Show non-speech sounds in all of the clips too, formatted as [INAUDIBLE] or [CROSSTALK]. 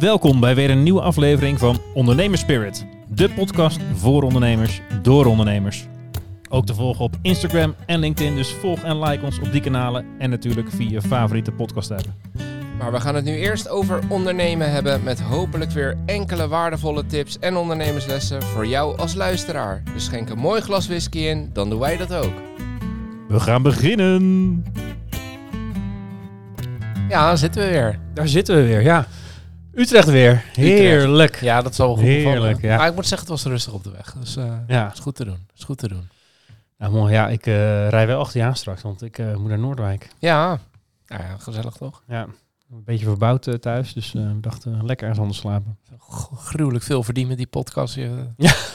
Welkom bij weer een nieuwe aflevering van Ondernemers Spirit. De podcast voor ondernemers, door ondernemers. Ook te volgen op Instagram en LinkedIn, dus volg en like ons op die kanalen. En natuurlijk via je favoriete podcast app. Maar we gaan het nu eerst over ondernemen hebben met hopelijk weer enkele waardevolle tips en ondernemerslessen voor jou als luisteraar. Dus schenk een mooi glas whisky in, dan doen wij dat ook. We gaan beginnen! Ja, daar zitten we weer. Daar zitten we weer, ja. Utrecht weer. Heerlijk. Ja, dat zal wel goed Heerlijk, bevallen. ja. Maar ik moet zeggen, het was rustig op de weg. Dus eh Ja, is goed te doen. Is goed te doen. nou, mooi. Ja, ik eh, rij wel achter je aan straks, want ik eh, moet naar Noordwijk. Ja, nou ja, gezellig toch? Ja, een beetje verbouwd eh, thuis, dus eh, we dachten eh, lekker ergens anders slapen. G- Gruwelijk veel verdiend met die podcast. Je,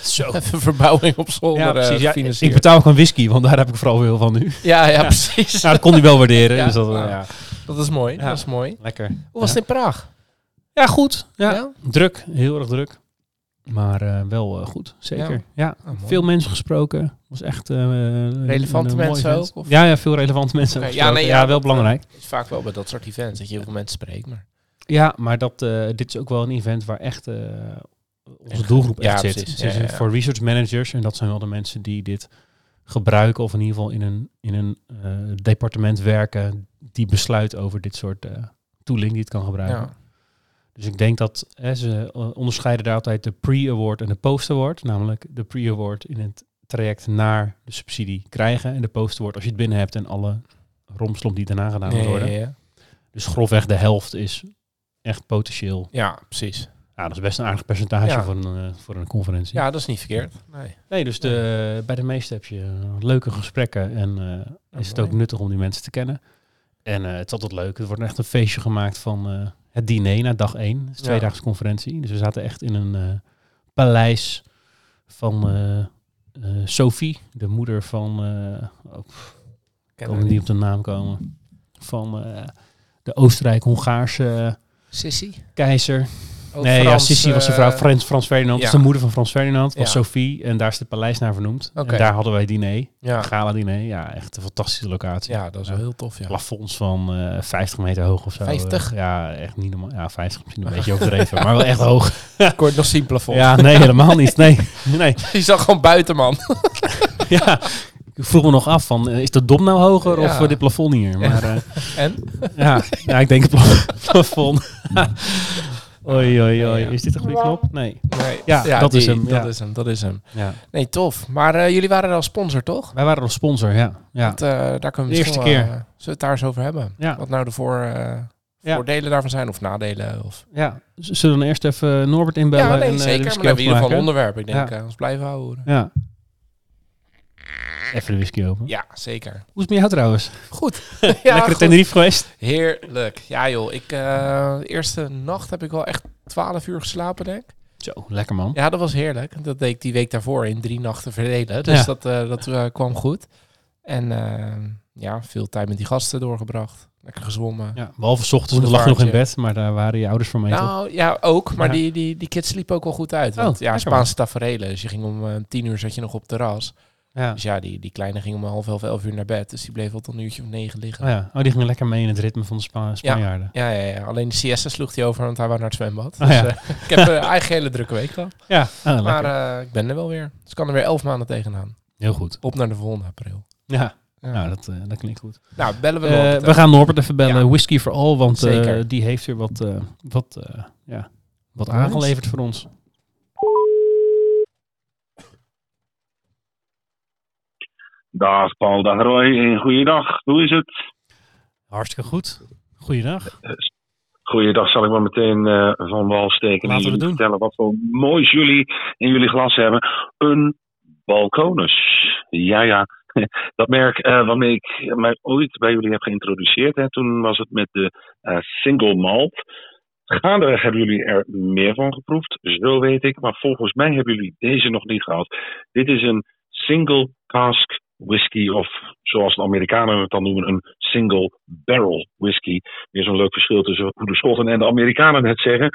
Zo. [LAUGHS] even verbouwing op zolder eh, Ja, eh, precies. Ja, ik- ik financieren. betaal gewoon whisky, want daar heb ik vooral veel van nu. [LAUGHS] Ja, ja, precies. Nou, dat kon hij wel waarderen. Ja, dus dat, eh, nou. ja. Dat is mooi. Ja. Dat is mooi. Lekker. Hoe was het in Praag? Ja, goed. Ja. Ja? Druk, heel erg druk. Maar eh, wel eh, goed, zeker. Ja. Ja. Oh, mooi. Veel mensen gesproken. Was echt eh, een- Relevante een mooi mensen event. ook, of? Ja, ja, veel relevante mensen. Oké, ja, gesproken. nee, ja, ja, wel dat, eh, belangrijk. Het is vaak wel bij dat soort events dat je heel veel mensen spreekt. Maar... Ja, maar dat, eh, dit is ook wel een event waar echt eh, onze Echt, doelgroep ja, echt zit. precies. Dus Ja, ja, ja. Voor research managers, en dat zijn wel de mensen die dit gebruiken of in ieder geval in een, in een eh, departement werken, die besluit over dit soort eh, tooling die het kan gebruiken. Ja. Dus ik denk dat hè, ze eh, onderscheiden daar altijd de pre-award en de post-award. Namelijk de pre-award in het traject naar de subsidie krijgen en de post-award als je het binnen hebt en alle romslomp die daarna gedaan moet Nee, worden. ja, ja. Dus grofweg de helft is echt potentieel Ja, precies. ja, dat is best een aardig percentage Ja. voor, een, eh, voor een conferentie. Ja, dat is niet verkeerd. Nee. Nee, dus de, bij de meeste heb je eh, leuke gesprekken en eh, is het ook nuttig om die mensen te kennen. En eh, het is altijd leuk. Er wordt echt een feestje gemaakt van eh, het diner na dag één. Het is een Ja. tweedaagse conferentie. Dus we zaten echt in een eh, paleis van eh, eh, Sophie, de moeder van... eh, oh, ik kan niet op de naam komen. Van eh, de Oostenrijk-Hongaarse Sissy? eh, keizer. Nee, ja, Sissi was de vrouw Frans, Frans Ferdinand. ja. was de moeder van Frans Ferdinand. Was Ja. Sophie. En daar is het paleis naar vernoemd. Oké. En daar hadden wij diner. Een Ja. gala-diner. Ja, echt een fantastische locatie. ja, dat is wel heel tof, ja. Plafonds van eh, 50 meter hoog of zo. Eh, 50? Ja, echt niet normaal. Ja, 50 [LAUGHS] misschien een beetje overdreven. maar wel echt hoog. Kort nog zien plafond. [LAUGHS] Ja, nee, helemaal niet. Nee, [LAUGHS] nee. Je zag gewoon buiten, man. Ja. Ik vroeg me nog af van, eh, is de dom nou hoger Ja. of eh, dit plafond hier? Maar eh, En? ja, ja, ik denk het pla- [LAUGHS] [LAUGHS] plafond. oei, oei, oei. Ja. Is dit een goede knop? Nee. Nee. Ja, dat is hem, Dat ja. is hem, dat is hem. Ja. Nee, tof. Maar eh, jullie waren er als sponsor, toch? Wij waren als sponsor, ja. ja. Dat, eh, daar kunnen we De eerste misschien wel, keer. eh, zullen we het daar eens over hebben? Ja. Wat nou de voor, eh, Ja. voordelen daarvan zijn of nadelen? Of... Ja, z- zullen we dan eerst even Norbert inbellen? ja, nee, en, eh, de zeker. Maar whisky dan hebben we in ieder openmaken? geval een onderwerp. Ik denk, Ja. eh, ons blijven houden. Ja. Even de whisky open. [LAUGHS] Ja, zeker. Hoe is het met jou trouwens? Goed. Lekker goed. Tenerife geweest? Heerlijk. Ja joh, ik, eh, de eerste nacht heb ik wel echt 12 uur geslapen denk ik. Zo, lekker man. Ja, dat was heerlijk. Dat deed ik die week daarvoor in drie nachten verdelen. Dus Ja. dat, eh, dat eh, kwam goed. En eh, ja, veel tijd met die gasten doorgebracht. Lekker gezwommen. Ja, behalve 's ochtends, want we lag je nog in bed, maar daar waren je ouders voor mee. toch? Nou ja, ook. Maar Ja. Die, die, die kids sliepen ook wel goed uit. Want Oh, ja, lekker Spaanse taferelen. Dus je ging om eh, tien uur zat je nog op het terras. Ja. Dus ja, die, die kleine ging om half elf, elf uur naar bed. Dus die bleef al tot een uurtje of negen liggen. Oh, ja. oh, die gingen lekker mee in het ritme van de Spa- Spanjaarden. Ja, ja, ja, alleen de siesta sloeg hij over, want hij wou naar het zwembad. Oh, dus, ja. eh, ik heb eh, eigenlijk een hele drukke week gehad. Ja, ah, lekker. Maar eh, ik ben er wel weer. Dus ik kan er weer elf maanden tegenaan. Heel goed. Op naar de volgende april. Ja, Ja. nou, dat, eh, dat klinkt goed. Nou, bellen we Eh, wel. we gaan Norbert even bellen. Whisky for All, want eh, Zeker. die heeft weer wat, eh, wat, eh, ja, wat aangeleverd voor ons. Dag Paul, dag Roy en goeiedag. Hoe is het? Hartstikke goed. Goeiedag. Goeiedag zal ik maar meteen eh, van wal steken Laten we en jullie het doen. vertellen wat voor moois jullie in jullie glas hebben. Een balkonus. Ja, ja. [LAUGHS] Dat merk eh, waarmee ik mij ooit bij jullie heb geïntroduceerd. Hè. Toen was het met de eh, single malt. Gaandeweg hebben jullie er meer van geproefd, zo weet ik. Maar volgens mij hebben jullie deze nog niet gehad. Dit is een single cask whisky, of zoals de Amerikanen het dan noemen, een single barrel whisky. Er is een leuk verschil tussen hoe de Schotten en de Amerikanen het zeggen.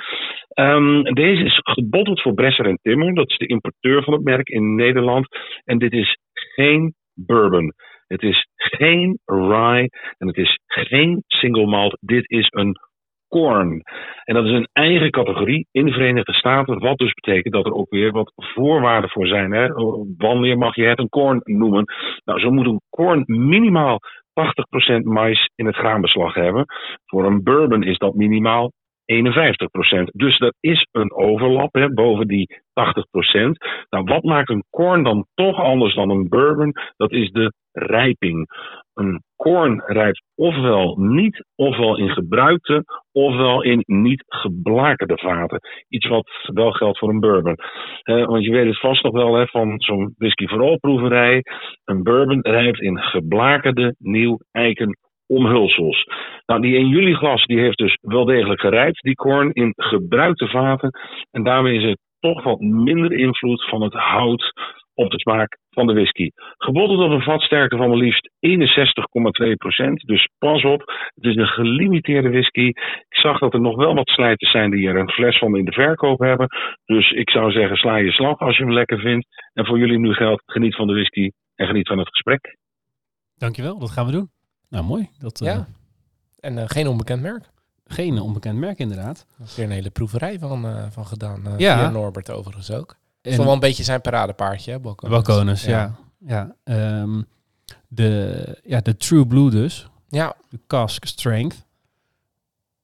Ehm, deze is gebotteld voor Bresser en Timmer. Dat is de importeur van het merk in Nederland. En dit is geen bourbon. Het is geen rye en het is geen single malt. Dit is een Corn. En dat is een eigen categorie in de Verenigde Staten. Wat dus betekent dat er ook weer wat voorwaarden voor zijn. Hè? Wanneer mag je het een corn noemen? Nou, zo moet een corn minimaal 80% mais in het graanbeslag hebben. Voor een bourbon is dat minimaal 51%. Dus dat is een overlap hè, boven die 80%. Nou, wat maakt een corn dan toch anders dan een bourbon? Dat is de rijping. Een corn rijpt ofwel niet, ofwel in gebruikte, ofwel in niet geblakerde vaten. Iets wat wel geldt voor een bourbon. Eh, want je weet het vast nog wel hè, van zo'n whisky vooral proeverij. Een bourbon rijpt in geblakerde nieuw eiken omhulsels. Nou, die 1 juli glas die heeft dus wel degelijk gerijpt, die korn, in gebruikte vaten. En daarmee is er toch wat minder invloed van het hout op de smaak van de whisky. Gebotteld op een vatsterkte van maar liefst 61,2%. Dus pas op, het is een gelimiteerde whisky. Ik zag dat er nog wel wat slijters zijn die er een fles van in de verkoop hebben. Dus ik zou zeggen, sla je slag als je hem lekker vindt. En voor jullie nu geldt, geniet van de whisky en geniet van het gesprek. Dankjewel, dat gaan we doen. Nou, mooi. Dat, eh, Ja. En eh, geen onbekend merk. Geen eh, onbekend merk inderdaad. Er is weer een hele proeverij van, eh, van gedaan. eh Ja. via Norbert overigens ook. Het is En- wel een beetje zijn paradepaardje, hè, Balkonus. Balkonus, ja. ja. ehm, de, ja, de True Blue dus. Ja, De Cask Strength.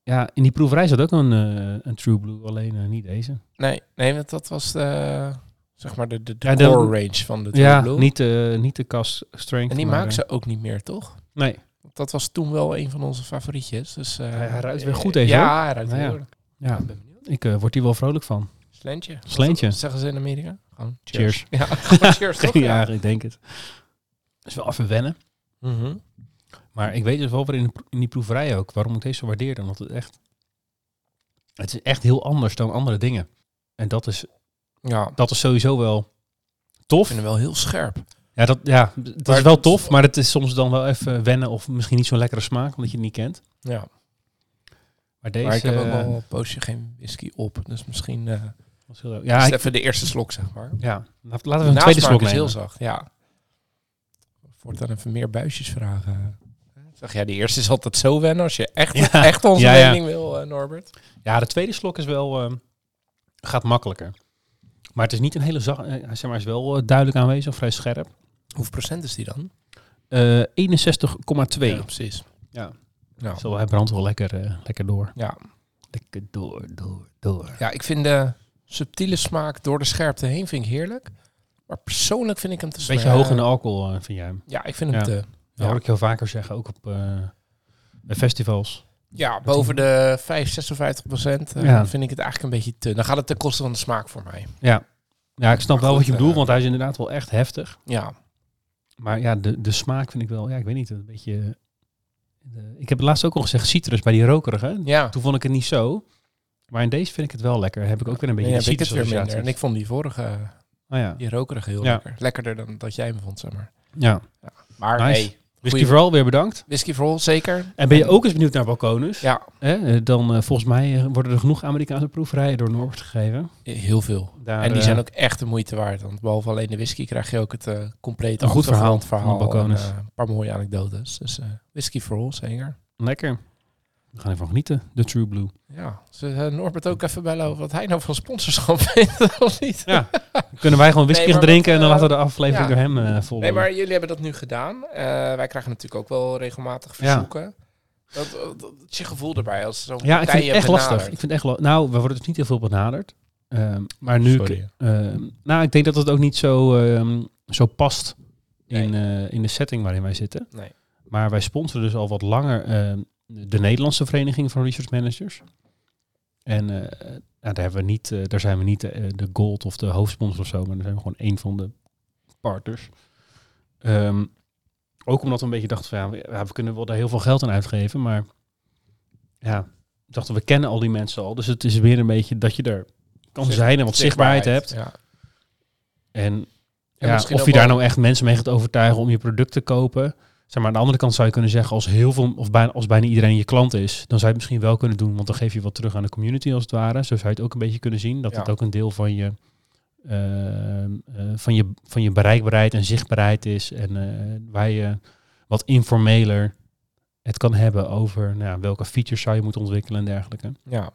Ja, in die proeverij zat ook een, eh, een True Blue, alleen eh, niet deze. nee, nee, want dat was de, zeg maar de, de, de Ja, de- core range van de True ja, Blue. Niet, eh, niet de Cask Strength. en die maar, maken eh, ze ook niet meer, toch? Nee, Dat was toen wel een van onze favorietjes. Dus, eh, Hij- hij ruikt weer goed, deze, Ja, hij ruikt Nou ja. heel goed. ja, Ik ben benieuwd. ik eh, word hier wel vrolijk van. Slentje. Slentje. Wat Zeggen ze in Amerika? Gewoon cheers. Cheers. [LAUGHS] [LAUGHS] Ja, gewoon cheers toch? ja, ik denk het. is wel even wennen. Mhm. Maar ik weet dus wel weer in, de pro- in die proeverij ook waarom ik deze zo waardeerde. Omdat het echt, het is echt heel anders dan andere dingen. En dat is, ja. dat is sowieso wel tof. Ik vind hem wel heel scherp. Ja, dat, ja, dat Maar- is wel tof, maar het is soms dan wel even wennen of misschien niet zo'n lekkere smaak, omdat je het niet kent. Ja. Maar deze Maar ik heb ook eh, al een poosje geen whisky op. Dus misschien eh was heel leuk. is ja, het ik- even de eerste slok, zeg maar. ja, laten we De een tweede nasmaak slok is nemen. heel zacht, ja. Voortaan even meer buisjes vragen. Zeg, ja, de eerste is altijd zo wennen als je echt, Ja. echt onze Ja, ja. mening wil, eh, Norbert. Ja, de tweede slok is wel ehm, gaat makkelijker. Maar het is niet een hele zacht, eh, zeg maar, hij is wel eh, duidelijk aanwezig, vrij scherp. Hoeveel procent is die dan? Eh 61,2. Ja, precies. Ja. Nou, Zo, hij brandt wel lekker, eh, lekker door. ja. Lekker door, door, door. ja, ik vind de subtiele smaak door de scherpte heen vind ik heerlijk. Maar persoonlijk vind ik hem te zwaar. Beetje hoog in de alcohol, eh, vind jij hem. Ja, ik vind hem Ja. te... Dat hoor ik heel vaker zeggen, ook op eh, bij festivals. Ja, boven de 5, 56 procent eh, Ja. vind ik het eigenlijk een beetje te... Dan gaat het ten koste van de smaak voor mij. Ja, ik snap Maar wel goed, wat je bedoelt, eh, want hij is inderdaad wel echt heftig. Ja, Maar ja, de, de smaak vind ik wel, ja, ik weet niet, een beetje... eh, ik heb het laatst ook al gezegd, citrus bij die rokerige. ja. Toen vond ik het niet zo. Maar in deze vind ik het wel lekker. Heb ik ook weer een beetje Nee, ja, heb ik citrus het weer minder. En ik vond die vorige, oh, ja. die rokerige heel Ja. lekker. Lekkerder dan dat jij hem vond, zeg maar. ja. Maar Nice. hey, Whisky Goeie- vooral weer bedankt. Whisky for All, zeker. En ben je ook eens benieuwd naar balkonus? Ja, Hè, eh, dan eh, volgens mij eh, worden er genoeg Amerikaanse proeverijen door Norbert gegeven. heel veel. Daar, en die eh, zijn ook echt de moeite waard. Want behalve alleen de whisky krijg je ook het eh, complete Een goed verhaal van achtergrondverhaal de en, balkoners. eh, een paar mooie anekdotes. Dus eh Whisky for All, zeker. lekker. We gaan ervan genieten, de True [LAUGHS] Blue. Ja, ze eh, Norbert ook even bellen over wat hij nou van sponsorschap [LAUGHS] vindt, of niet? Ja, Dan kunnen wij gewoon whisky Nee, gaan maar wat, drinken en dan eh, laten we de aflevering ja. door hem eh volgen. Nee, maar jullie hebben dat nu gedaan. Eh, wij krijgen natuurlijk ook wel regelmatig Ja. verzoeken. Dat, dat, dat is je gevoel erbij als zo'n Ja, ik partij vind je het echt lastig. Ik benadert. vind het echt la- nou, we worden dus niet heel veel benaderd. Ehm, maar nu, ik, Sorry. ehm, nou, ik denk dat het ook niet zo, ehm, zo past in, eh, in de setting waarin wij zitten. Nee. Maar wij sponsoren dus al wat langer ehm, de Nederlandse Vereniging van Research Managers. En eh, nou, daar, hebben we niet, eh, daar zijn we niet eh, de gold of de hoofdsponsor of zo, maar daar zijn we gewoon één van de partners. Ehm, ook omdat we een beetje dachten van ja, we, ja, we kunnen wel daar heel veel geld aan uitgeven, maar ja, we dachten we kennen al die mensen al. Dus het is weer een beetje dat je er kan Zicht- zijn en wat zichtbaarheid, hebt. Ja. En En ja, misschien of ook je daar wel- nou echt mensen mee gaat overtuigen om je product te kopen. Zeg maar, aan de andere kant zou je kunnen zeggen, als heel veel, of bijna, als bijna iedereen je klant is, dan zou je het misschien wel kunnen doen, want dan geef je wat terug aan de community als het ware. Zo zou je het ook een beetje kunnen zien, dat Ja. het ook een deel van je, ehm, eh, van je, van je bereikbaarheid en zichtbaarheid is. En eh, waar je wat informeler het kan hebben over nou, ja, welke features zou je moeten ontwikkelen en dergelijke. Ja.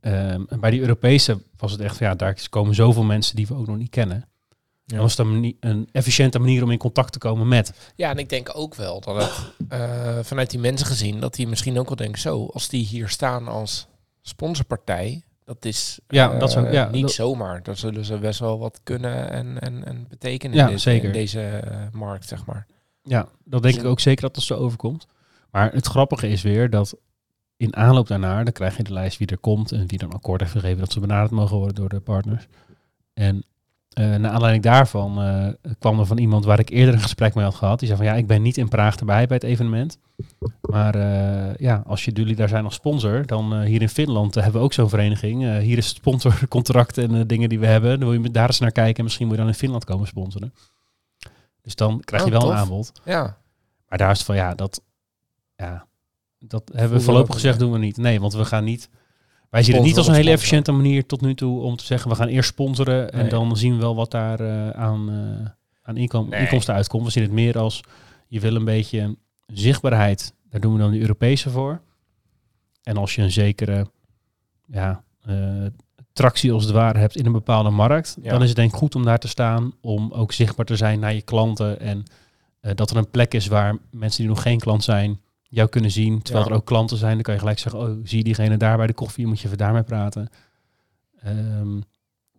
Ehm, en bij die Europese was het echt, van, ja, daar komen zoveel mensen die we ook nog niet kennen. Ja. Dan was het een, manie- een efficiënte manier om in contact te komen met. Ja, en ik denk ook wel dat het eh, vanuit die mensen gezien, dat die misschien ook wel denken, zo, als die hier staan als sponsorpartij, dat is Ja, eh, dat zou- ja, niet dat- zomaar. Daar zullen ze best wel wat kunnen en, en, en betekenen Ja, in, dit- zeker. in deze eh, markt, zeg maar. Ja, dat denk ik ook zeker dat dat zo overkomt. Maar het grappige is weer dat in aanloop daarnaar, dan krijg je de lijst wie er komt en wie dan akkoord heeft gegeven dat ze benaderd mogen worden door de partners. En eh naar aanleiding daarvan eh, kwam er van iemand waar ik eerder een gesprek mee had gehad. Die zei van ja, ik ben niet in Praag erbij bij het evenement. Maar eh, ja, als je- jullie daar zijn als sponsor, dan eh, hier in Finland eh, hebben we ook zo'n vereniging. Eh, hier is het sponsorcontract en eh, dingen die we hebben. Dan wil je daar eens naar kijken en misschien moet je dan in Finland komen sponsoren. Dus dan krijg je Oh, wel een tof. aanbod. Ja, Maar daar is het van, ja, dat, ja, dat hebben Voel we je voorlopig dat- gezegd doen we niet. Nee, want we gaan niet... Wij zien het niet Sponsoren als een op hele sponsoren. efficiënte manier tot nu toe om te zeggen... we gaan eerst sponsoren en Nee. dan zien we wel wat daar eh, aan, eh, aan inkom Nee. inkomsten uitkomt. We zien het meer als, je wil een beetje zichtbaarheid. Daar doen we dan de Europese voor. En als je een zekere ja, eh, tractie als het ware hebt in een bepaalde markt... Ja. dan is het denk ik goed om daar te staan... om ook zichtbaar te zijn naar je klanten en... Eh, dat er een plek is waar mensen die nog geen klant zijn, jou kunnen zien. Terwijl Ja. er ook klanten zijn, dan kan je gelijk zeggen, oh, zie je diegene daar bij de koffie, moet je even daarmee praten. Ehm,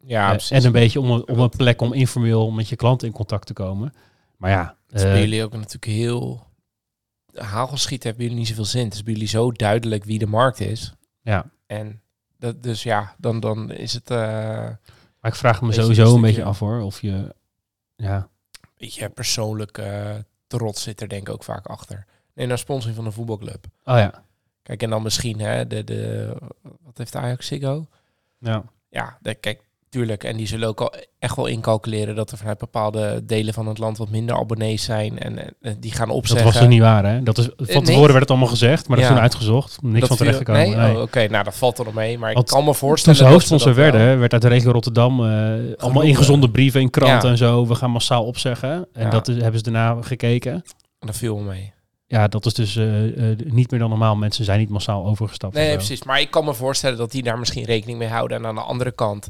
ja eh, precies. en een beetje om, een- om een plek om informeel met je klanten in contact te komen. Maar ja, Het is bij eh, jullie ook natuurlijk heel... Hagelschieten hebben jullie niet zoveel zin. Het is bij jullie zo duidelijk wie de markt is. Ja. En dat, dus ja, dan, dan is het... eh, maar ik vraag me beetje sowieso een stukje- beetje af hoor, of je, ja, weet je, persoonlijke eh, trots zit er denk ik ook vaak achter. En dan sponsoring van een voetbalclub. oh ja, Kijk, en dan misschien, hè, de, de, wat heeft Ajax Ziggo? ja, Ja, de, kijk, tuurlijk. En die zullen ook al echt wel incalculeren dat er vanuit bepaalde delen van het land wat minder abonnees zijn. En, en, en die gaan dat opzeggen. was er niet waar hè. Dat is, van eh, nee. tevoren werd het allemaal gezegd, maar dat Ja. is toen uitgezocht. Niks Dat van viel- terecht gekomen. Nee, Oh, oké, nou dat valt er nog mee. Maar ik Want kan me Toen voorstellen. ze dat hoofdsponsor dat wel- werden, werd uit de regio Rotterdam eh, allemaal eh, ingezonden brieven in kranten ja. en zo. We gaan massaal opzeggen. En Ja. dat is- hebben ze daarna gekeken. Dat viel me mee. Ja, dat is dus eh, eh, niet meer dan normaal. Mensen zijn niet massaal overgestapt. Nee, en zo. precies. Maar ik kan me voorstellen dat die daar misschien rekening mee houden. En aan de andere kant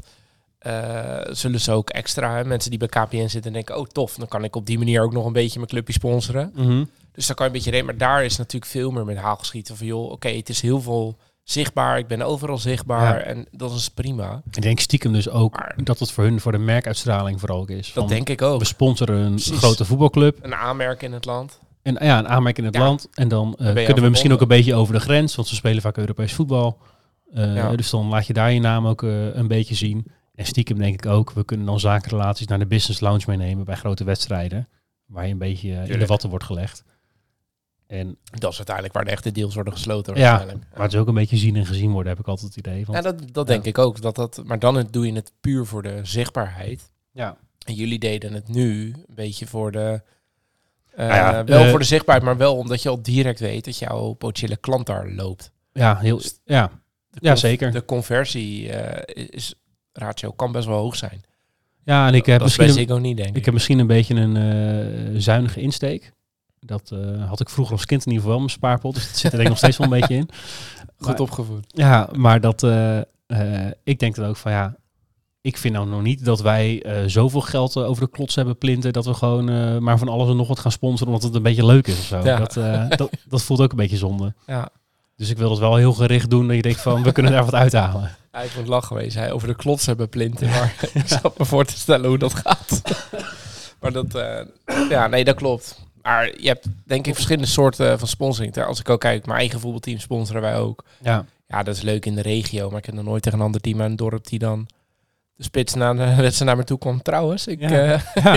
eh, zullen ze ook extra, hè, mensen die bij KPN zitten, denken: oh tof, dan kan ik op die manier ook nog een beetje mijn clubje sponsoren. Mhm. Dus dan kan je een beetje reden. Maar daar is natuurlijk veel meer met hagelschieten van: joh, oké, het is heel veel zichtbaar. Ik ben overal zichtbaar. Ja. En dat is prima. Ik denk stiekem dus ook Maar- dat het voor hun, voor de merkuitstraling vooral ook is. Dat Van, denk ik ook. We sponsoren een Precies. grote voetbalclub. Een aanmerk in het land. En eh, ja, een aanmerking in het Ja. land. En dan eh, kunnen aan we misschien verbonden. ook een beetje over de grens. Want ze spelen vaak Europees voetbal. Eh, Ja. Dus dan laat je daar je naam ook eh, een beetje zien. En stiekem denk ik ook, we kunnen dan zakenrelaties naar de business lounge meenemen bij grote wedstrijden. Waar je een beetje eh, in de Tuurlijk. watten wordt gelegd. En, Dat is uiteindelijk waar de echte deals worden gesloten. Ja. Waarschijnlijk. maar het is ook een beetje zien en gezien worden, heb ik altijd het idee. Ja, Want, dat, dat denk ik ook. Dat dat, maar dan doe je het puur voor de zichtbaarheid. Ja. En jullie deden het nu een beetje voor de... eh, Nou ja, wel eh, voor de zichtbaarheid, maar wel omdat je al direct weet dat jouw potentiële klant daar loopt. ja, heel, ja. De ja, conf- zeker. De conversie eh, is, ratio kan best wel hoog zijn. Ja, en ik heb dat is bij misschien een- Ziggo niet, denk ik. Ik heb misschien een beetje een eh, zuinige insteek. Dat eh, had ik vroeger als kind in ieder geval wel mijn spaarpot. Dus dat zit er denk ik nog steeds wel een beetje in. maar- opgevoed. Ja, maar dat, eh, eh, ik denk dat ook van ja, ik vind nou nog niet dat wij eh, zoveel geld eh, over de klots hebben plinten. Dat we gewoon eh, maar van alles en nog wat gaan sponsoren omdat het een beetje leuk is of zo. Ja. Dat, eh, dat, dat voelt ook een beetje zonde. Ja, Dus ik wil dat wel heel gericht doen. Dat je denkt van, we kunnen daar wat uithalen. hij moet lach geweest. Hij over de klots hebben plinten. [LAUGHS] Maar ik zat me voor te stellen hoe dat gaat. maar dat... eh, ja, nee, dat klopt. Maar je hebt denk ik verschillende soorten eh, van sponsoring. Als ik ook kijk, mijn eigen voetbalteam sponsoren wij ook. Ja, Ja, dat is leuk in de regio, maar ik heb nog nooit tegen een ander team uit een dorp die dan de spits naar de [LAUGHS] wedstrijd naar me toe kwam. Trouwens, ik, Ja. eh, [LAUGHS] Ja.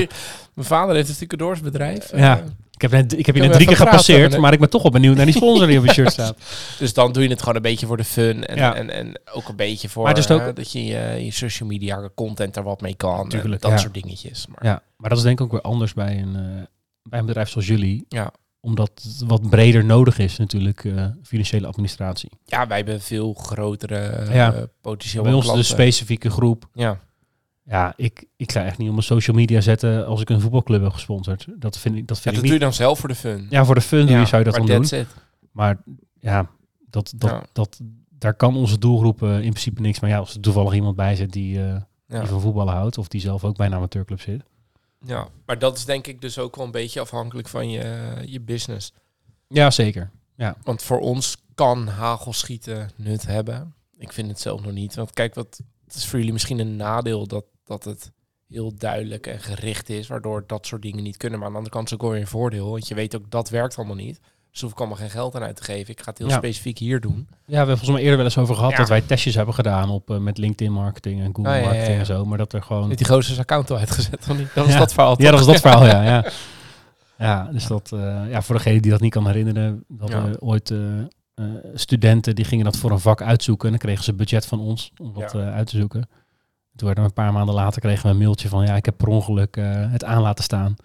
mijn vader heeft een stukendoorsbedrijf. Ja. Eh, ik heb, net, ik heb je Kunnen net we drie even keer praten, gepasseerd. meneer? Maar ik ben toch wel benieuwd naar die sponsor die op je [LAUGHS] shirt staat. dus dan doe je het gewoon een beetje voor de fun en, Ja. en, en ook een beetje voor Maar het is ook- eh, dat je in je, in je social media content er wat mee kan. en Tuurlijk, dat ja. soort dingetjes. Maar Ja, maar dat is denk ik ook weer anders bij een, eh, bij een bedrijf zoals jullie. Ja. Omdat het wat breder nodig is natuurlijk eh, financiële administratie. ja, wij hebben veel grotere eh, Ja. potentieel bij ons de klanten. specifieke groep Ja, Ja, ik, ik zou echt niet op mijn social media zetten als ik een voetbalclub heb gesponsord. Dat vind ik, dat vind Ja, dat ik doe je niet. dan zelf voor de fun. Ja, voor de fun doe je, zou je dat maar dan doen. that's it. Maar ja, dat, dat, Ja. Dat, daar kan onze doelgroep eh, in principe niks. Maar ja, als er toevallig iemand bij zit die, eh, Ja. die van voetballen houdt of die zelf ook bij een amateurclub zit. Ja, maar dat is denk ik dus ook wel een beetje afhankelijk van je, je business. Ja, zeker. Want voor ons kan hagelschieten nut hebben. Ik vind het zelf nog niet. Want kijk, wat, het is voor jullie misschien een nadeel dat, dat het heel duidelijk en gericht is, waardoor dat soort dingen niet kunnen. Maar aan de andere kant is het ook wel weer een voordeel, want je weet ook dat werkt allemaal niet. Dus hoef ik allemaal geen geld aan uit te geven. Ik ga het heel Ja. specifiek hier doen. Ja, we hebben volgens mij eerder wel eens over gehad Ja. dat wij testjes hebben gedaan op, eh, met LinkedIn marketing en Google Ah, ja, ja, marketing ja. en zo. Maar dat er gewoon... Heeft die gozer zijn account al uitgezet of niet? Dat was Ja. dat verhaal. Ja, toch? dat was dat verhaal, ja. ja. Ja, dus dat, eh, ja, voor degene die dat niet kan herinneren, dat Ja. we ooit eh, eh, studenten die gingen dat voor een vak uitzoeken en dan kregen ze budget van ons om dat eh, uit te zoeken. Toen werden we een paar maanden later kregen we een mailtje van ja, ik heb per ongeluk eh, het aan laten staan.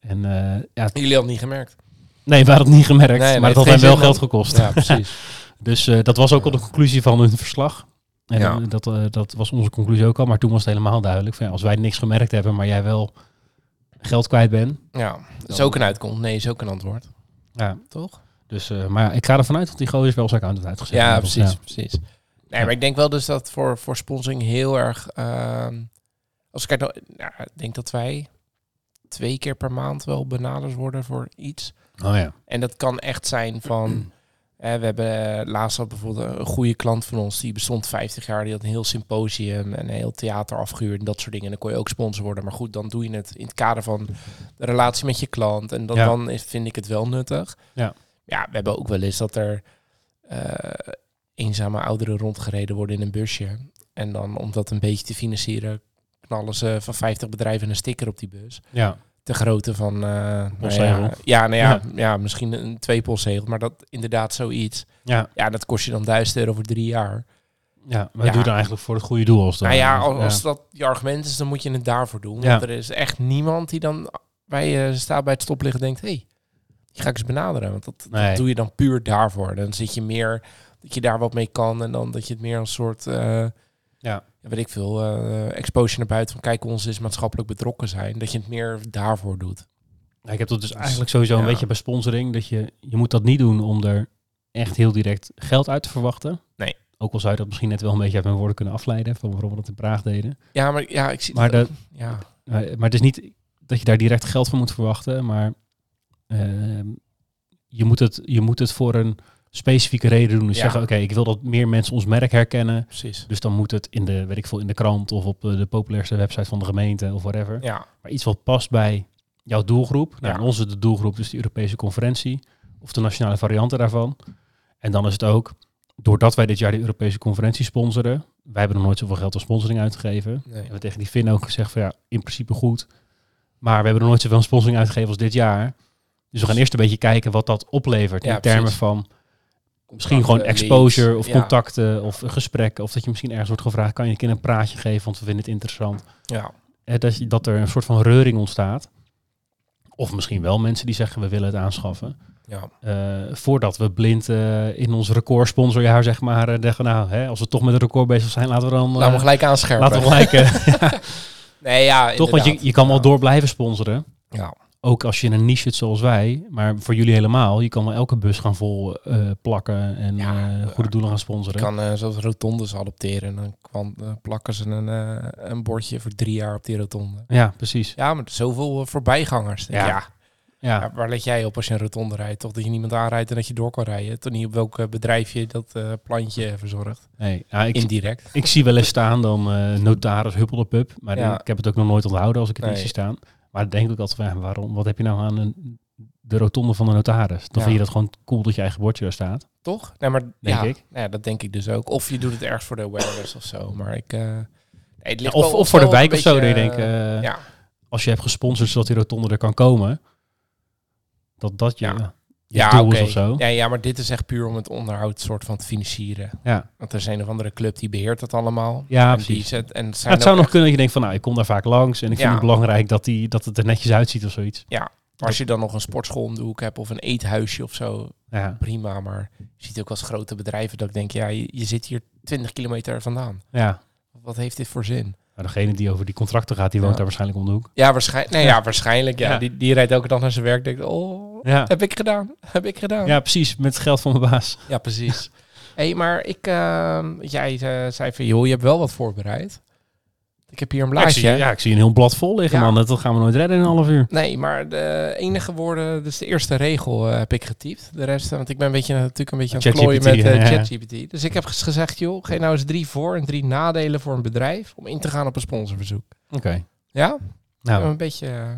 En eh, ja, [LAUGHS] Jullie hadden het niet gemerkt. nee, we hadden het niet gemerkt, Nee, maar maar het had geen hen wel zin geld dan. gekost. Ja, precies. [LAUGHS] Dus eh, dat was ook al de conclusie van hun verslag. En Ja. eh, dat, eh, dat was onze conclusie ook al, maar toen was het helemaal duidelijk. Van, ja, als wij niks gemerkt hebben, maar jij wel geld kwijt bent, ja, dat is ook een uitkomst. Nee, is ook een antwoord. Ja. Toch? Dus, eh, maar ja, ik ga ervan uit dat die gozer wel zijn account heeft uitgezet. Ja, inmiddels, precies, ja. precies. Nee, Ja. maar ik denk wel dus dat voor, voor sponsoring heel erg... ehm, als ik kijk, nou, nou, ik denk dat wij twee keer per maand wel benaderd worden voor iets. Oh ja. En dat kan echt zijn van... [CLEARS THROAT] eh, we hebben eh, laatst had bijvoorbeeld een goede klant van ons, die bestond 50 jaar, die had een heel symposium en een heel theater afgehuurd en dat soort dingen. En dan kon je ook sponsor worden. Maar goed, dan doe je het in het kader van de relatie met je klant. En dat, Ja. dan is, vind ik het wel nuttig. Ja. ja, we hebben ook wel eens dat er eh, eenzame ouderen rondgereden worden in een busje. En dan om dat een beetje te financieren, knallen ze van 50 bedrijven een sticker op die bus ja. de grootte van... eh nou Postzegel. ja, ja, nou ja, Ja. ja. misschien een twee postzegel, maar dat inderdaad zoiets. Ja. Ja, dat kost je dan duizend euro voor drie jaar. Ja, maar Ja. doe het eigenlijk voor het goede doel als dat. nou ja, als, als dat je argument is, dan moet je het daarvoor doen. Ja. Want er is echt niemand die dan bij je staat bij het stoplicht en denkt... hey, die ga ik eens benaderen. Want dat, dat Nee. doe je dan puur daarvoor. Dan zit je meer dat je daar wat mee kan en dan dat je het meer als soort... eh, Ja. Weet ik veel, eh, exposure naar buiten van kijk, ons is maatschappelijk betrokken zijn. Dat je het meer daarvoor doet. Ja, Ik heb dat dus eigenlijk sowieso een Ja. beetje bij sponsoring. Dat je, je moet dat niet doen om er echt heel direct geld uit te verwachten. Nee. Ook al zou je dat misschien net wel een beetje uit mijn woorden kunnen afleiden. Van waarom we dat in Praag deden. Ja, maar ja, ik zie Maar, dat dat, ook. Ja. maar, Eh, maar het is niet dat je daar direct geld van moet verwachten. Maar ehm, je, moet het, je moet het voor een specifieke reden doen. Dus Ja. zeggen, oké, ik wil dat meer mensen ons merk herkennen. Precies. Dus dan moet het in de, weet ik veel, in de krant of op eh, de populairste website van de gemeente of whatever. Ja, Maar iets wat past bij jouw doelgroep. Nou, Ja. en onze doelgroep dus de Europese conferentie of de nationale varianten daarvan. En dan is het ook, doordat wij dit jaar de Europese conferentie sponsoren, wij hebben nog nooit zoveel geld aan sponsoring uitgegeven. We nee. hebben tegen die Finn ook gezegd van ja, in principe goed. Maar we hebben nog nooit zoveel aan sponsoring uitgegeven als dit jaar. Dus we gaan eerst een beetje kijken wat dat oplevert Ja, in termen precies. van Misschien gewoon Contacten, exposure leads. of Ja. contacten of gesprekken. Of dat je misschien ergens wordt gevraagd, kan je een keer een praatje geven, want we vinden het interessant. Ja, Hè, dat, je- dat er een soort van reuring ontstaat. Of misschien wel mensen die zeggen, we willen het aanschaffen. ja. Eh, voordat we blind eh, in ons recordsponsorjaar, zeg maar, eh, zeggen, nou, hè, als we toch met een record bezig zijn, laten we dan... Laten we eh, gelijk aanscherpen. laten we gelijk... eh, [LAUGHS] Nee, [LAUGHS] ja, toch, want je, inderdaad. je kan wel Ja. door blijven sponsoren. Ja. Ook als je in een niche zit zoals wij, maar voor jullie helemaal. Je kan wel elke bus gaan vol eh, plakken en Ja, eh, goede doelen gaan sponsoren. Je kan eh, zoals rotondes adopteren. En dan kwam, eh, plakken ze een, eh, een bordje voor drie jaar op die rotonde. Ja, precies. Ja, maar zoveel eh, voorbijgangers. Denk ik, Ja. Ja. Ja, Ja, Waar let jij op als je een rotonde rijdt? Toch dat je niemand aanrijdt en dat je door kan rijden? Toch niet op welk eh, bedrijf je dat eh, plantje verzorgt? nee. Ja, ik, Indirect. ik zie wel eens staan dan eh, notaris Huppeldepup. Maar Ja. ik heb het ook nog nooit onthouden als ik het niet Nee. zie staan. Maar dan denk ik altijd van, ja, waarom, wat heb je nou aan een, de rotonde van de notaris? Dan Ja. vind je dat gewoon cool dat je eigen bordje daar staat. Toch? Nee, maar ja, ik. nou ja, dat denk ik dus ook. Of je doet het ergens voor de awareness of zo. Maar ik... eh, nee, het ligt of, wel- of voor de wel een wijk of zo. Dat je beetje, denkt, eh, eh, ja. als je hebt gesponsord zodat die rotonde er kan komen. Dat dat je, Ja. je doel is oké. of zo. Ja, ja, maar dit is echt puur om het onderhoud soort van te financieren. Ja. Want er is een of andere club die beheert dat allemaal. Ja, en Die precies. zet, en het Ja, zijn het zou ook nog kunnen dat je denkt van, nou, ik kom daar vaak langs. En ik vind Ja. het belangrijk dat, die, dat het er netjes uitziet of zoiets. echt- als je dan nog een sportschool om de hoek hebt of een eethuisje of zo, Ja, prima. Maar je ziet ook als grote bedrijven dat ik denk, ja, je, je zit hier 20 kilometer vandaan. ja. Wat heeft dit voor zin? Ja, Maar degene die over die contracten gaat, die woont Ja. daar waarschijnlijk om de hoek. Ja, waarschijnlijk. Nee, ja, waarschijnlijk. Ja. Ja. Die, die rijdt elke dag naar zijn werk. Denkt, oh, Ja, heb ik gedaan. Heb ik gedaan. ja precies. Met het geld van mijn baas. Ja, precies. [LAUGHS] hey, maar ik, ehm, jij eh, zei van, joh, je hebt wel wat voorbereid. Ik heb hier een Ja, ik, blaadje. zie, ja, ik zie een heel blad vol liggen, Ja. man. Dat, dat gaan we nooit redden in een half uur. Nee, maar de enige woorden, dus de eerste regel eh, heb ik getypt. De rest, eh, want ik ben een beetje, natuurlijk een beetje aan het klooien ChatGPT, met eh, ja, ja. ChatGPT. Dus ik heb ges- gezegd, joh, geef nou eens drie voor- en drie nadelen voor een bedrijf om in te gaan op een sponsorverzoek. Oké. Ja? Nou, Een beetje, eh,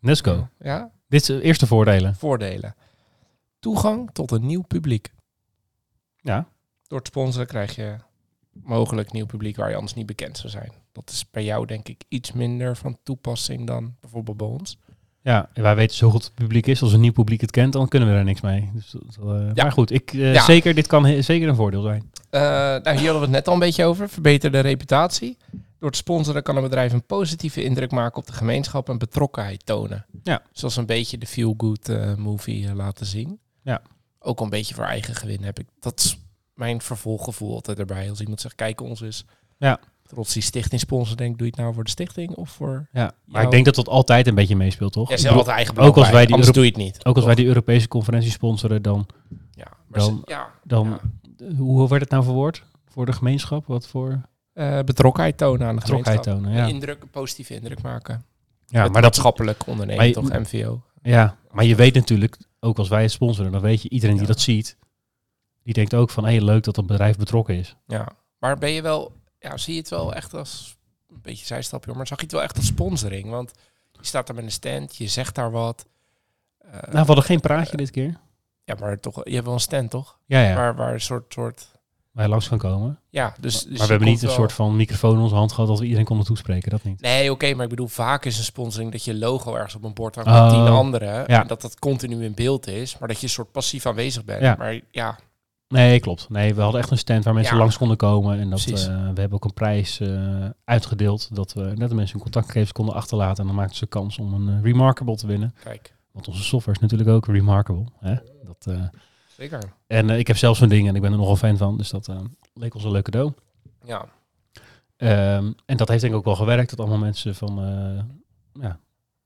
let's go. ja, Dit zijn de eerste voordelen. voordelen. Toegang tot een nieuw publiek. Ja. Door te sponsoren krijg je mogelijk nieuw publiek waar je anders niet bekend zou zijn. Dat is bij jou denk ik iets minder van toepassing dan bijvoorbeeld bij ons. Ja, en wij weten zo goed het publiek is. Als een nieuw publiek het kent, dan kunnen we daar niks mee. Dus, dat, eh, Ja. Maar goed, ik, eh, Ja. zeker, dit kan he- zeker een voordeel zijn. Eh, nou, hier hadden we het net al een beetje over. Verbeter de reputatie. Door te sponsoren kan een bedrijf een positieve indruk maken op de gemeenschap en betrokkenheid tonen. Ja. Zoals een beetje de feel-good eh, movie eh, laten zien. Ja. Ook een beetje voor eigen gewin heb ik. Dat is mijn vervolggevoel altijd erbij. Als iemand zegt, kijk ons eens. Ja. Trots die stichting sponsor, denk doe je het nou voor de stichting of voor... Ja. Maar Ja. ik denk dat dat altijd een beetje meespeelt, toch? Ja, Ik ze hebben bedoel, altijd eigen ook als belang bij. wij die Anders Euro- doe je het niet. ook als wij die Europese conferentie sponsoren, dan... Ja, maar dan- ze- ja, dan Ja. eh, Hoe werd het nou verwoord? Voor de gemeenschap? Wat voor eh, betrokkenheid tonen aan de betrokkenheid gemeenschap. tonen? Een Ja, Indruk, een positieve indruk maken. ja Met maar dat maatschappelijk ondernemen, Maar je- toch? MVO. Ja, maar je weet natuurlijk, ook als wij het sponsoren, dan weet je, iedereen die dat ziet, die denkt ook van, hé, leuk dat dat bedrijf betrokken is. Ja. Maar ben je wel, ja, zie je het wel echt als een beetje zijstapje, hoor, maar zag je het wel echt als sponsoring? Want je staat daar met een stand, je zegt daar wat. Eh, nou, we hadden geen praatje dit keer. ja, maar toch, je hebt wel een stand, toch? Ja, ja, waar Waar, waar een soort, soort, wij langs gaan komen. ja, dus. dus maar we je hebben niet komt een wel- soort van microfoon in onze hand gehad dat we iedereen konden toespreken, dat niet. Nee, oké, maar ik bedoel, vaak is een sponsoring dat je logo ergens op een bord hangt Oh. met tien anderen. Ja. En dat dat continu in beeld is, maar dat je een soort passief aanwezig bent. Ja. Maar ja, Nee, klopt. Nee, we hadden echt een stand waar mensen Ja. langs konden komen. En dat, Precies. eh, we hebben ook een prijs eh, uitgedeeld dat we net de mensen hun contactgegevens konden achterlaten. En dan maakten ze kans om een eh, Remarkable te winnen. kijk, Want onze software is natuurlijk ook Remarkable. Hè? Dat, eh, zeker. en eh, ik heb zelf zo'n ding en ik ben er nogal fan van. Dus dat eh, leek ons een leuk cadeau. Ja, Ehm, en dat heeft denk ik ook wel gewerkt, dat allemaal mensen van... eh, ja.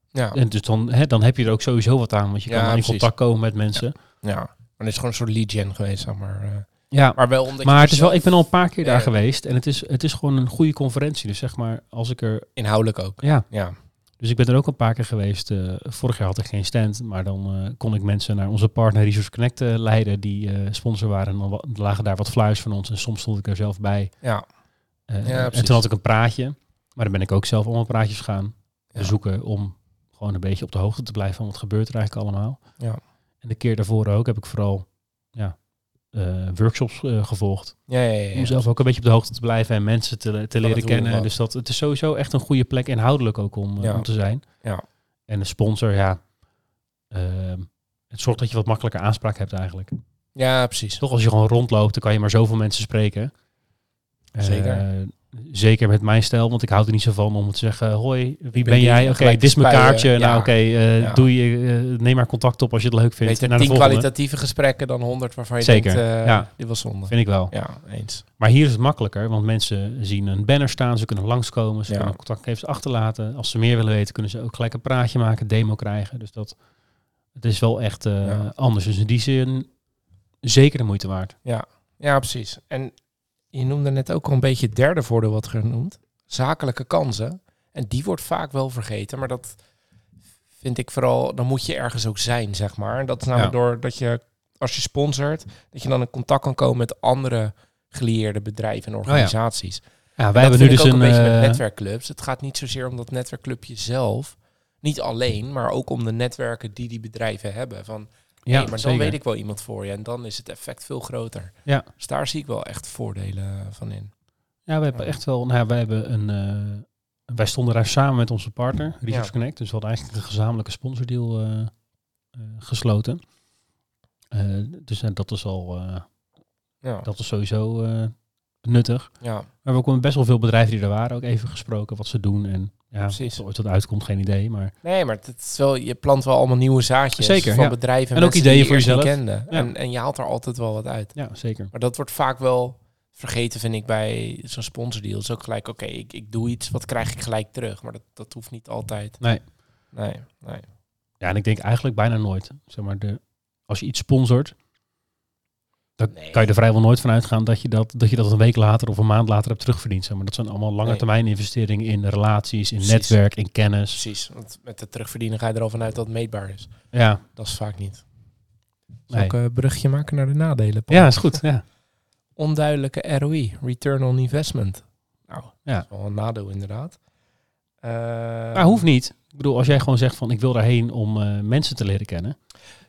ja, En dus dan, hè, dan heb je er ook sowieso wat aan, want je Ja, kan in precies. contact komen met mensen. ja. Maar het is gewoon een soort lead gen geweest, zeg maar. eh. Ja, maar, Maar wel omdat je dus het is wel, zelf- ik ben al een paar keer daar Ja. geweest en het is, het is gewoon een goede conferentie. Dus zeg maar, als ik er... Inhoudelijk ook. Ja, Ja, dus ik ben er ook een paar keer geweest. eh, vorig jaar had ik geen stand, maar dan eh, kon ik mensen naar onze partner Resource Connect eh, leiden, die eh, sponsor waren. En dan wa- lagen daar wat fluis van ons en soms stond ik er zelf bij. ja, Eh, Ja, en precies. toen had ik een praatje, maar dan ben ik ook zelf allemaal praatjes gaan Ja. bezoeken om gewoon een beetje op de hoogte te blijven van wat gebeurt er eigenlijk allemaal. Ja. En de keer daarvoor ook heb ik vooral ja, eh, workshops eh, gevolgd. ja, ja, ja, Om ja. zelf ook een beetje op de hoogte te blijven en mensen te, te het leren hoe kennen. wat. Dus dat, het is sowieso echt een goede plek inhoudelijk ook om, eh, Ja. om te zijn. Ja. En de sponsor, ja, ehm, het zorgt dat je wat makkelijker aanspraak hebt eigenlijk. Ja, precies. Toch als je gewoon rondloopt, dan kan je maar zoveel mensen spreken. Eh, Zeker. zeker met mijn stijl, want ik hou er niet zo van om te zeggen: Hoi, wie ben, ben die jij? gelijk Oké, dit is mijn spijen. kaartje. Ja. Nou, oké, eh, Ja. doe je, eh, neem maar contact op als je het leuk vindt. Beter En naar de tien volgende. kwalitatieve gesprekken dan honderd waarvan je Zeker, denkt, eh, ja. dit was zonde. Vind ik wel. Ja, eens. Maar hier is het makkelijker, want mensen zien een banner staan, ze kunnen langskomen, ze Ja. kunnen contactgegevens achterlaten. Als ze meer willen weten, kunnen ze ook gelijk een praatje maken, demo krijgen. Dus dat het is wel echt eh, Ja. anders. Dus in die zin zeker de moeite waard. Ja, precies. En je noemde net ook al een beetje het derde voordeel wat genoemd. Zakelijke kansen. En die wordt vaak wel vergeten, maar dat vind ik vooral, dan moet je ergens ook zijn, zeg maar. En dat is namelijk Ja. door dat je, als je sponsort, dat je dan in contact kan komen met andere gelieerde bedrijven en Oh ja. organisaties. Ja, wij Wij hebben nu dus ook een, beetje met eh, netwerkclubs. Het gaat niet zozeer om dat netwerkclubje zelf. Niet alleen, maar ook om de netwerken die die bedrijven hebben. Van, ja, maar dan zeker. weet ik wel iemand voor je. En dan is het effect veel groter. Ja. Dus daar zie ik wel echt voordelen eh, van in. Ja, we hebben Ja. echt wel. Nou, ja, wij hebben een. eh, wij stonden daar samen met onze partner, Resource Ja. Connect. Dus we hadden eigenlijk een gezamenlijke sponsordeal eh, eh, gesloten. Eh, dus eh, dat is al. eh, Ja, dat is sowieso eh, nuttig. Maar ja. we hebben ook met best wel veel bedrijven die er waren ook even gesproken wat ze doen. En ja, Precies. Precies. ooit wat uitkomt, geen idee. Maar Nee, maar het is wel, je plant wel allemaal nieuwe zaadjes Zeker, van ja. bedrijven. En ook mensen ideeën die je voor eerst niet jezelf. kende. Ja. En, en je haalt er altijd wel wat uit. ja, zeker. Maar dat wordt vaak wel vergeten vind ik bij zo'n sponsordeal. is ook gelijk, oké, ik, ik doe iets, wat krijg ik gelijk terug? Maar dat, dat hoeft niet altijd. Nee. Nee, nee. Ja, en ik denk eigenlijk bijna nooit. Zeg maar, de, als je iets sponsort, dan Nee. kan je er vrijwel nooit van uitgaan dat je dat, dat je dat een week later of een maand later hebt terugverdiend. Zeg maar dat zijn allemaal lange Nee. termijn investeringen in relaties, in Precies. netwerk, in kennis. Precies, want met het terugverdienen ga je er al vanuit dat het meetbaar is. Ja, Dat is vaak niet. nee. Ook een brugje maken naar de nadelen. Paul? ja is goed. Ja. Onduidelijke ROI, Return on Investment. Nou, Ja. dat is wel een nadeel inderdaad. Eh, Maar hoeft niet. Ik bedoel, als jij gewoon zegt van ik wil daarheen om eh, mensen te leren kennen.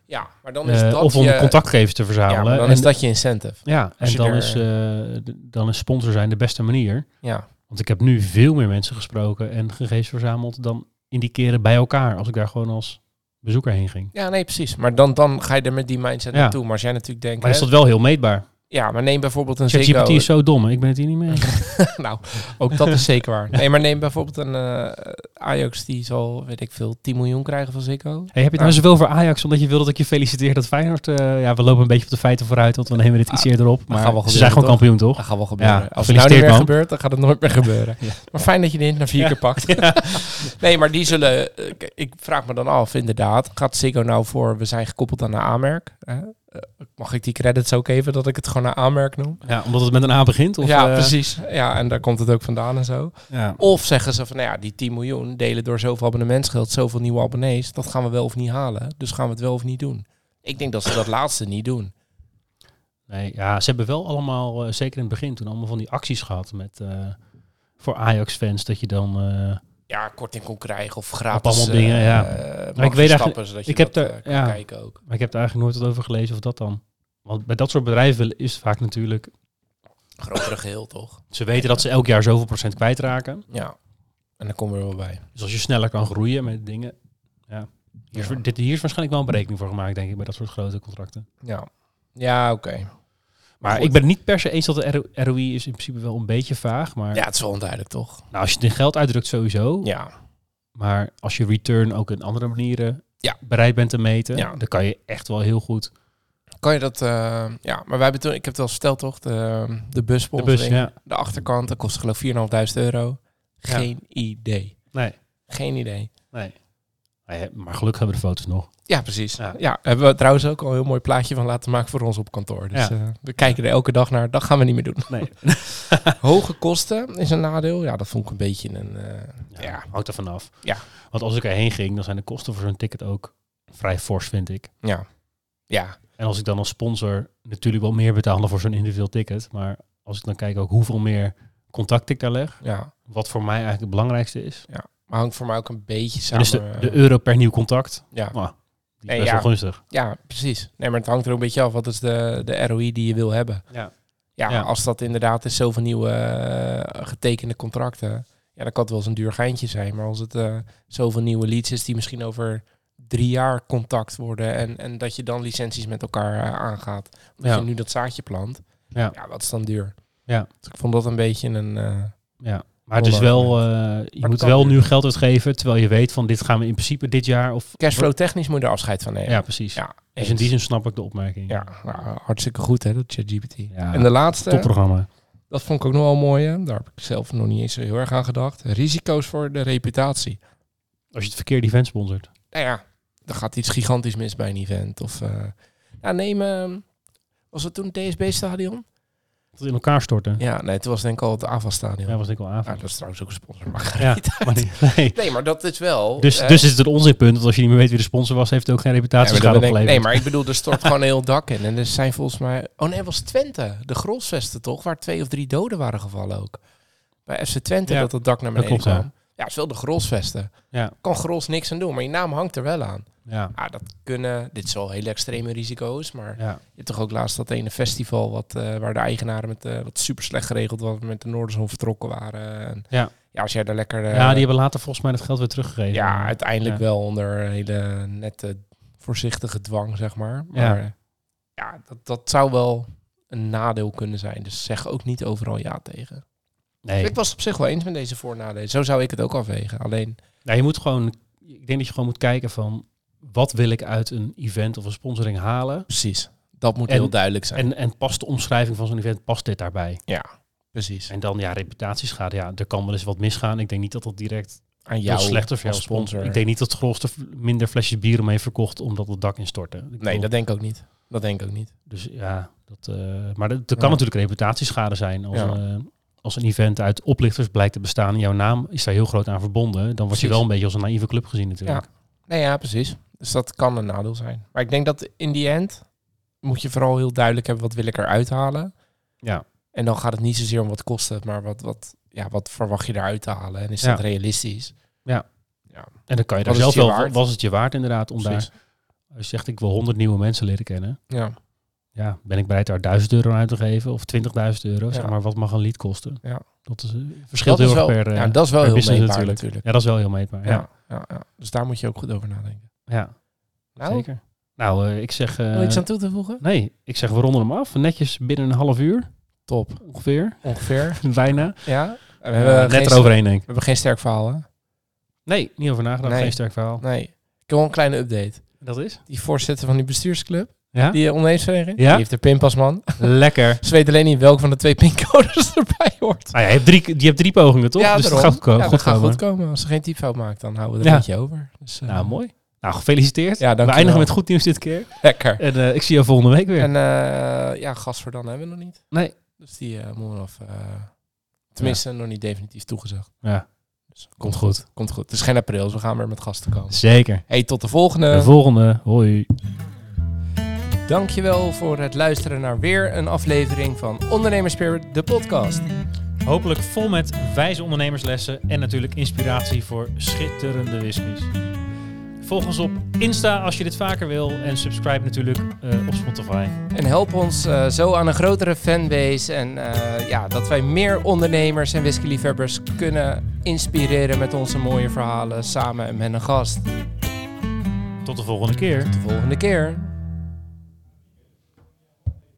Ja, maar dan is eh, dat of om je... contactgevers te ja, verzamelen. maar dan en, is dat je incentive. ja, en als je dan, er- is, eh, d- dan is sponsor zijn de beste manier. Ja, Want ik heb nu veel meer mensen gesproken en gegevens verzameld dan in die keren bij elkaar. Als ik daar gewoon als bezoeker heen ging. ja nee, precies. Maar dan, dan ga je er met die mindset Ja. naartoe. Maar als jij natuurlijk denkt... Maar is hè, dat wel heel meetbaar? Ja, maar neem bijvoorbeeld een Ziggo. ChatGPT is zo dom, hè? ik ben het hier niet mee. eens. [LAUGHS] nou, ook dat is zeker waar. Nee, maar neem bijvoorbeeld een eh, Ajax die zal, weet ik veel, 10 miljoen krijgen van Ziggo. Hey, heb je het nou zoveel over Ajax, omdat je wil dat ik je feliciteer dat Feyenoord... eh, ja, we lopen een beetje op de feiten vooruit, want Ah, we nemen dit iets eerder op. Maar gaan wel ze gebeuren, zijn gewoon toch? kampioen, toch? Dat gaat wel gebeuren. Ja, Als het nou niet gefeliciteerd, meer man. gebeurt, dan gaat het nooit meer [LAUGHS] gebeuren. Maar fijn dat je dit naar vier keer pakt. [LAUGHS] nee, maar die zullen... eh, k- Ik vraag me dan af, inderdaad. Gaat Ziggo nou voor, we zijn gekoppeld aan de aanmerk? hè? Eh, Mag ik die credits ook even, dat ik het gewoon naar aanmerk noem? Ja, omdat het met een A begint? Of, ja, eh, precies. Ja, en daar komt het ook vandaan en zo. Ja. Of zeggen ze van, nou ja, die 10 miljoen delen door zoveel abonnementsgeld, zoveel nieuwe abonnees, dat gaan we wel of niet halen. Dus gaan we het wel of niet doen. Ik denk dat ze dat laatste niet doen. Nee, ja, ze hebben wel allemaal, eh, zeker in het begin, toen allemaal van die acties gehad met... eh, voor Ajax-fans, dat je dan... eh, Ja, korting kon krijgen of gratis. Op allemaal eh, dingen, ja. eh, weet eigenlijk- stappen, zodat je ik heb dat, daar- eh, kan ja. kijken ook. maar ik heb daar eigenlijk nooit wat over gelezen of dat dan. Want bij dat soort bedrijven willen- is het vaak natuurlijk... [COUGHS] Grotere geheel, toch? Ze weten dat ze elk jaar zoveel procent kwijtraken. Ja. En dan komen we er wel bij. Dus als je sneller kan groeien met dingen. Ja. Hier, is, Ja. dit, hier is waarschijnlijk wel een berekening voor gemaakt, denk ik, bij dat soort grote contracten. Ja. Ja, oké. Maar Goed. ik ben het niet per se eens dat de RO- ROI is in principe wel een beetje vaag. Maar Ja, het is wel onduidelijk, toch? nou, als je het in geld uitdrukt sowieso. Ja. Maar als je return ook in andere manieren Ja. bereid bent te meten, Ja. dan kan je echt wel heel goed. Kan je dat... eh, ja, maar wij hebben toen... Ik heb het al verteld, toch? De, de bus De bus, ja. De achterkant, dat kost geloof ik 4.500 euro. Ja. Geen idee. Nee. Geen idee. Nee. Maar ja, Maar gelukkig hebben we de foto's nog. Ja, precies. Ja. Ja. hebben we trouwens ook al een heel mooi plaatje van laten maken voor ons op kantoor. Dus Ja. eh, we kijken er elke dag naar. Dat gaan we niet meer doen. Nee. [LAUGHS] Hoge kosten is een nadeel. Ja, dat vond ik een beetje een... eh, Ja, Ja. Hangt er vanaf. Ja. Want als ik erheen ging, dan zijn de kosten voor zo'n ticket ook vrij fors, vind ik. ja. Ja. En als ik dan als sponsor natuurlijk wel meer betaal dan voor zo'n individueel ticket. Maar als ik dan kijk ook hoeveel meer contact ik daar leg. Ja. Wat voor mij eigenlijk het belangrijkste is. Maar hangt voor mij ook een beetje En samen... dus de, de eh, euro per nieuw contact. ja. Die Nee, is best ja. wel gunstig. ja, precies. Nee, maar het hangt er ook een beetje af. Wat is de, de ROI die je wil hebben? Ja. Ja, Ja. als dat inderdaad is zoveel nieuwe eh, getekende contracten. Ja, dan kan het wel eens een duur geintje zijn. Maar als het eh, zoveel nieuwe leads is die misschien over drie jaar contact worden. En, en dat je dan licenties met elkaar eh, aangaat. Omdat Ja. je nu dat zaadje plant. Ja. ja, dat is dan duur. Ja. Dus ik vond dat een beetje een... eh, Maar het is wel, eh, je het moet kan wel weer. nu geld uitgeven. Terwijl je weet van dit gaan we in principe dit jaar. Of, cashflow technisch moet je er afscheid van nemen. Ja, precies. Ja, dus in die zin snap ik de opmerking. Ja, nou, hartstikke goed hè, dat ChatGPT. Ja, En de laatste... Topprogramma. Dat vond ik ook nog wel mooi. Hè? Daar heb ik zelf nog niet eens zo heel erg aan gedacht. Risico's voor de reputatie. Als je het verkeerde event sponsort. Nou ja, er gaat iets gigantisch mis bij een event. Of eh ja, neem, ehm, was het toen het DSB-stadion? Dat het in elkaar storten. Ja, Ja, nee, toen was het denk ik al het AVA-stadion. Ja, was ik al avond. dat is trouwens ook een sponsor. Maar Ja, maar niet- [LAUGHS] nee. [LAUGHS] nee, maar dat is wel. Dus, eh, dus is het een onzinpunt. Want als je niet meer weet wie de sponsor was, heeft het ook geen ja, maar reputatieschade dat bedenk- opgeleverd. nee, maar ik bedoel, er stort gewoon een heel dak in. En er zijn volgens mij. Oh nee, het was Twente. De grosvesten toch? Waar twee of drie doden waren gevallen ook. Bij FC Twente Ja, dat het dak naar beneden klopt, ja. kwam. Ja, het is wel de grosvesten. Ja. Kan gros niks aan doen, maar je naam hangt er wel aan. Ja, Ah, dat kunnen. Dit is wel hele extreme risico's. Maar je ja. hebt toch ook laatst dat ene festival wat, eh, waar de eigenaren met, eh, wat super slecht geregeld was. Met de Noorderzon vertrokken waren. En, Ja. ja, als jij daar lekker. eh, ja, die hebben later volgens mij dat geld weer teruggegeven. ja, uiteindelijk Ja. wel onder een hele nette, voorzichtige dwang, zeg maar. Ja. Maar ja, ja dat, dat zou wel een nadeel kunnen zijn. Dus zeg ook niet overal ja tegen. Nee. Ik was het op zich wel eens met deze voornadelen. Zo zou ik het ook afwegen. Alleen, Nou, je moet gewoon, ik denk dat je gewoon moet kijken van wat wil ik uit een event of een sponsoring halen. precies. Dat moet En- heel duidelijk zijn. En, en past de omschrijving van zo'n event, past dit daarbij? ja, precies. En dan, ja, reputatieschade. Ja, er kan wel eens wat misgaan. Ik denk niet dat dat direct Aan heel jou slecht is voor als jouw sponsor. sponsor. Ik denk niet dat het Grolster v- minder flesjes bier omheen verkocht omdat het dak instortte. Ik nee, bedoel, dat denk ik ook niet. Dat denk ik ook niet. Dus ja, dat, eh, maar dat, dat Ja. kan natuurlijk reputatieschade zijn. Als, Ja. een, als een event uit oplichters blijkt te bestaan en jouw naam is daar heel groot aan verbonden, dan word je Precies. wel een beetje als een naïeve club gezien natuurlijk. Nee, ja, precies. Dus dat kan een nadeel zijn. Maar ik denk dat in die end moet je vooral heel duidelijk hebben wat wil ik eruit halen. Ja. En dan gaat het niet zozeer om wat kost het, maar wat, wat, ja, wat verwacht je eruit te halen? En is Ja. dat realistisch? En dan kan je daar Wat is zelf het wel, je waard? was het je waard inderdaad, om Precies. daar, als je zegt ik wil 100 nieuwe mensen leren kennen, Ja, ja, ben ik bereid daar 1000 euro aan uit te geven of 20.000 euro, zeg Ja. maar, wat mag een lied kosten? Ja. Dat is, eh, verschilt dat heel is erg wel, per, eh, ja, dat is wel per heel business meetbaar natuurlijk. natuurlijk. ja, dat is wel heel meetbaar. Ja. Ja, Ja, ja. Dus daar moet je ook goed over nadenken. ja, Nou, zeker. Nou, eh, ik zeg... eh, wil je iets aan toe te voegen? Nee, ik zeg we ronden hem af. Netjes binnen een half uur Top, ongeveer. [LAUGHS] ongeveer. Bijna. ja. We Eh, hebben, geen, net eroverheen denk ik. we hebben geen sterk verhaal, hè? Nee, niet over nagedacht. Nee. Geen sterk verhaal. Nee. Ik heb wel een kleine update. Dat is? Die voorzitter van die bestuursclub, Ja? die [LAUGHS] eh, oneensvereniging, Ja? die heeft de pinpasman. Lekker. Ze weten alleen niet welke van de twee pincodes [LAUGHS] erbij hoort. Ah, ja, je, hebt drie, je hebt drie pogingen toch? dus dat daarom. gaat goed, ko- Ja, goed dat gaat komen. goed komen. Als ze geen typfout maakt, dan houden we er Ja. een beetje over. Dus, eh, Nou, mooi. Nou, gefeliciteerd. Ja, we dankjewel. eindigen met goed nieuws dit keer. Lekker. En eh, ik zie jou volgende week weer. En eh, ja, gas voor dan hebben we nog niet. Nee. Dus die eh moeten we nog... eh, tenminste, nog niet definitief toegezegd. Ja. Dus Komt goed. Komt goed. Het is geen april, dus we gaan weer met gasten komen. Zeker. Hey, tot de volgende. De volgende. Hoi. Dankjewel voor het luisteren naar weer een aflevering van Ondernemerspirit, de podcast. Hopelijk vol met wijze ondernemerslessen en natuurlijk inspiratie voor schitterende whiskies. Volg ons op Insta als je dit vaker wil en subscribe natuurlijk eh, op Spotify. En help ons eh, zo aan een grotere fanbase. En eh, ja, dat wij meer ondernemers en whiskyliefhebbers kunnen inspireren met onze mooie verhalen samen met een gast. Tot de volgende keer. De volgende keer.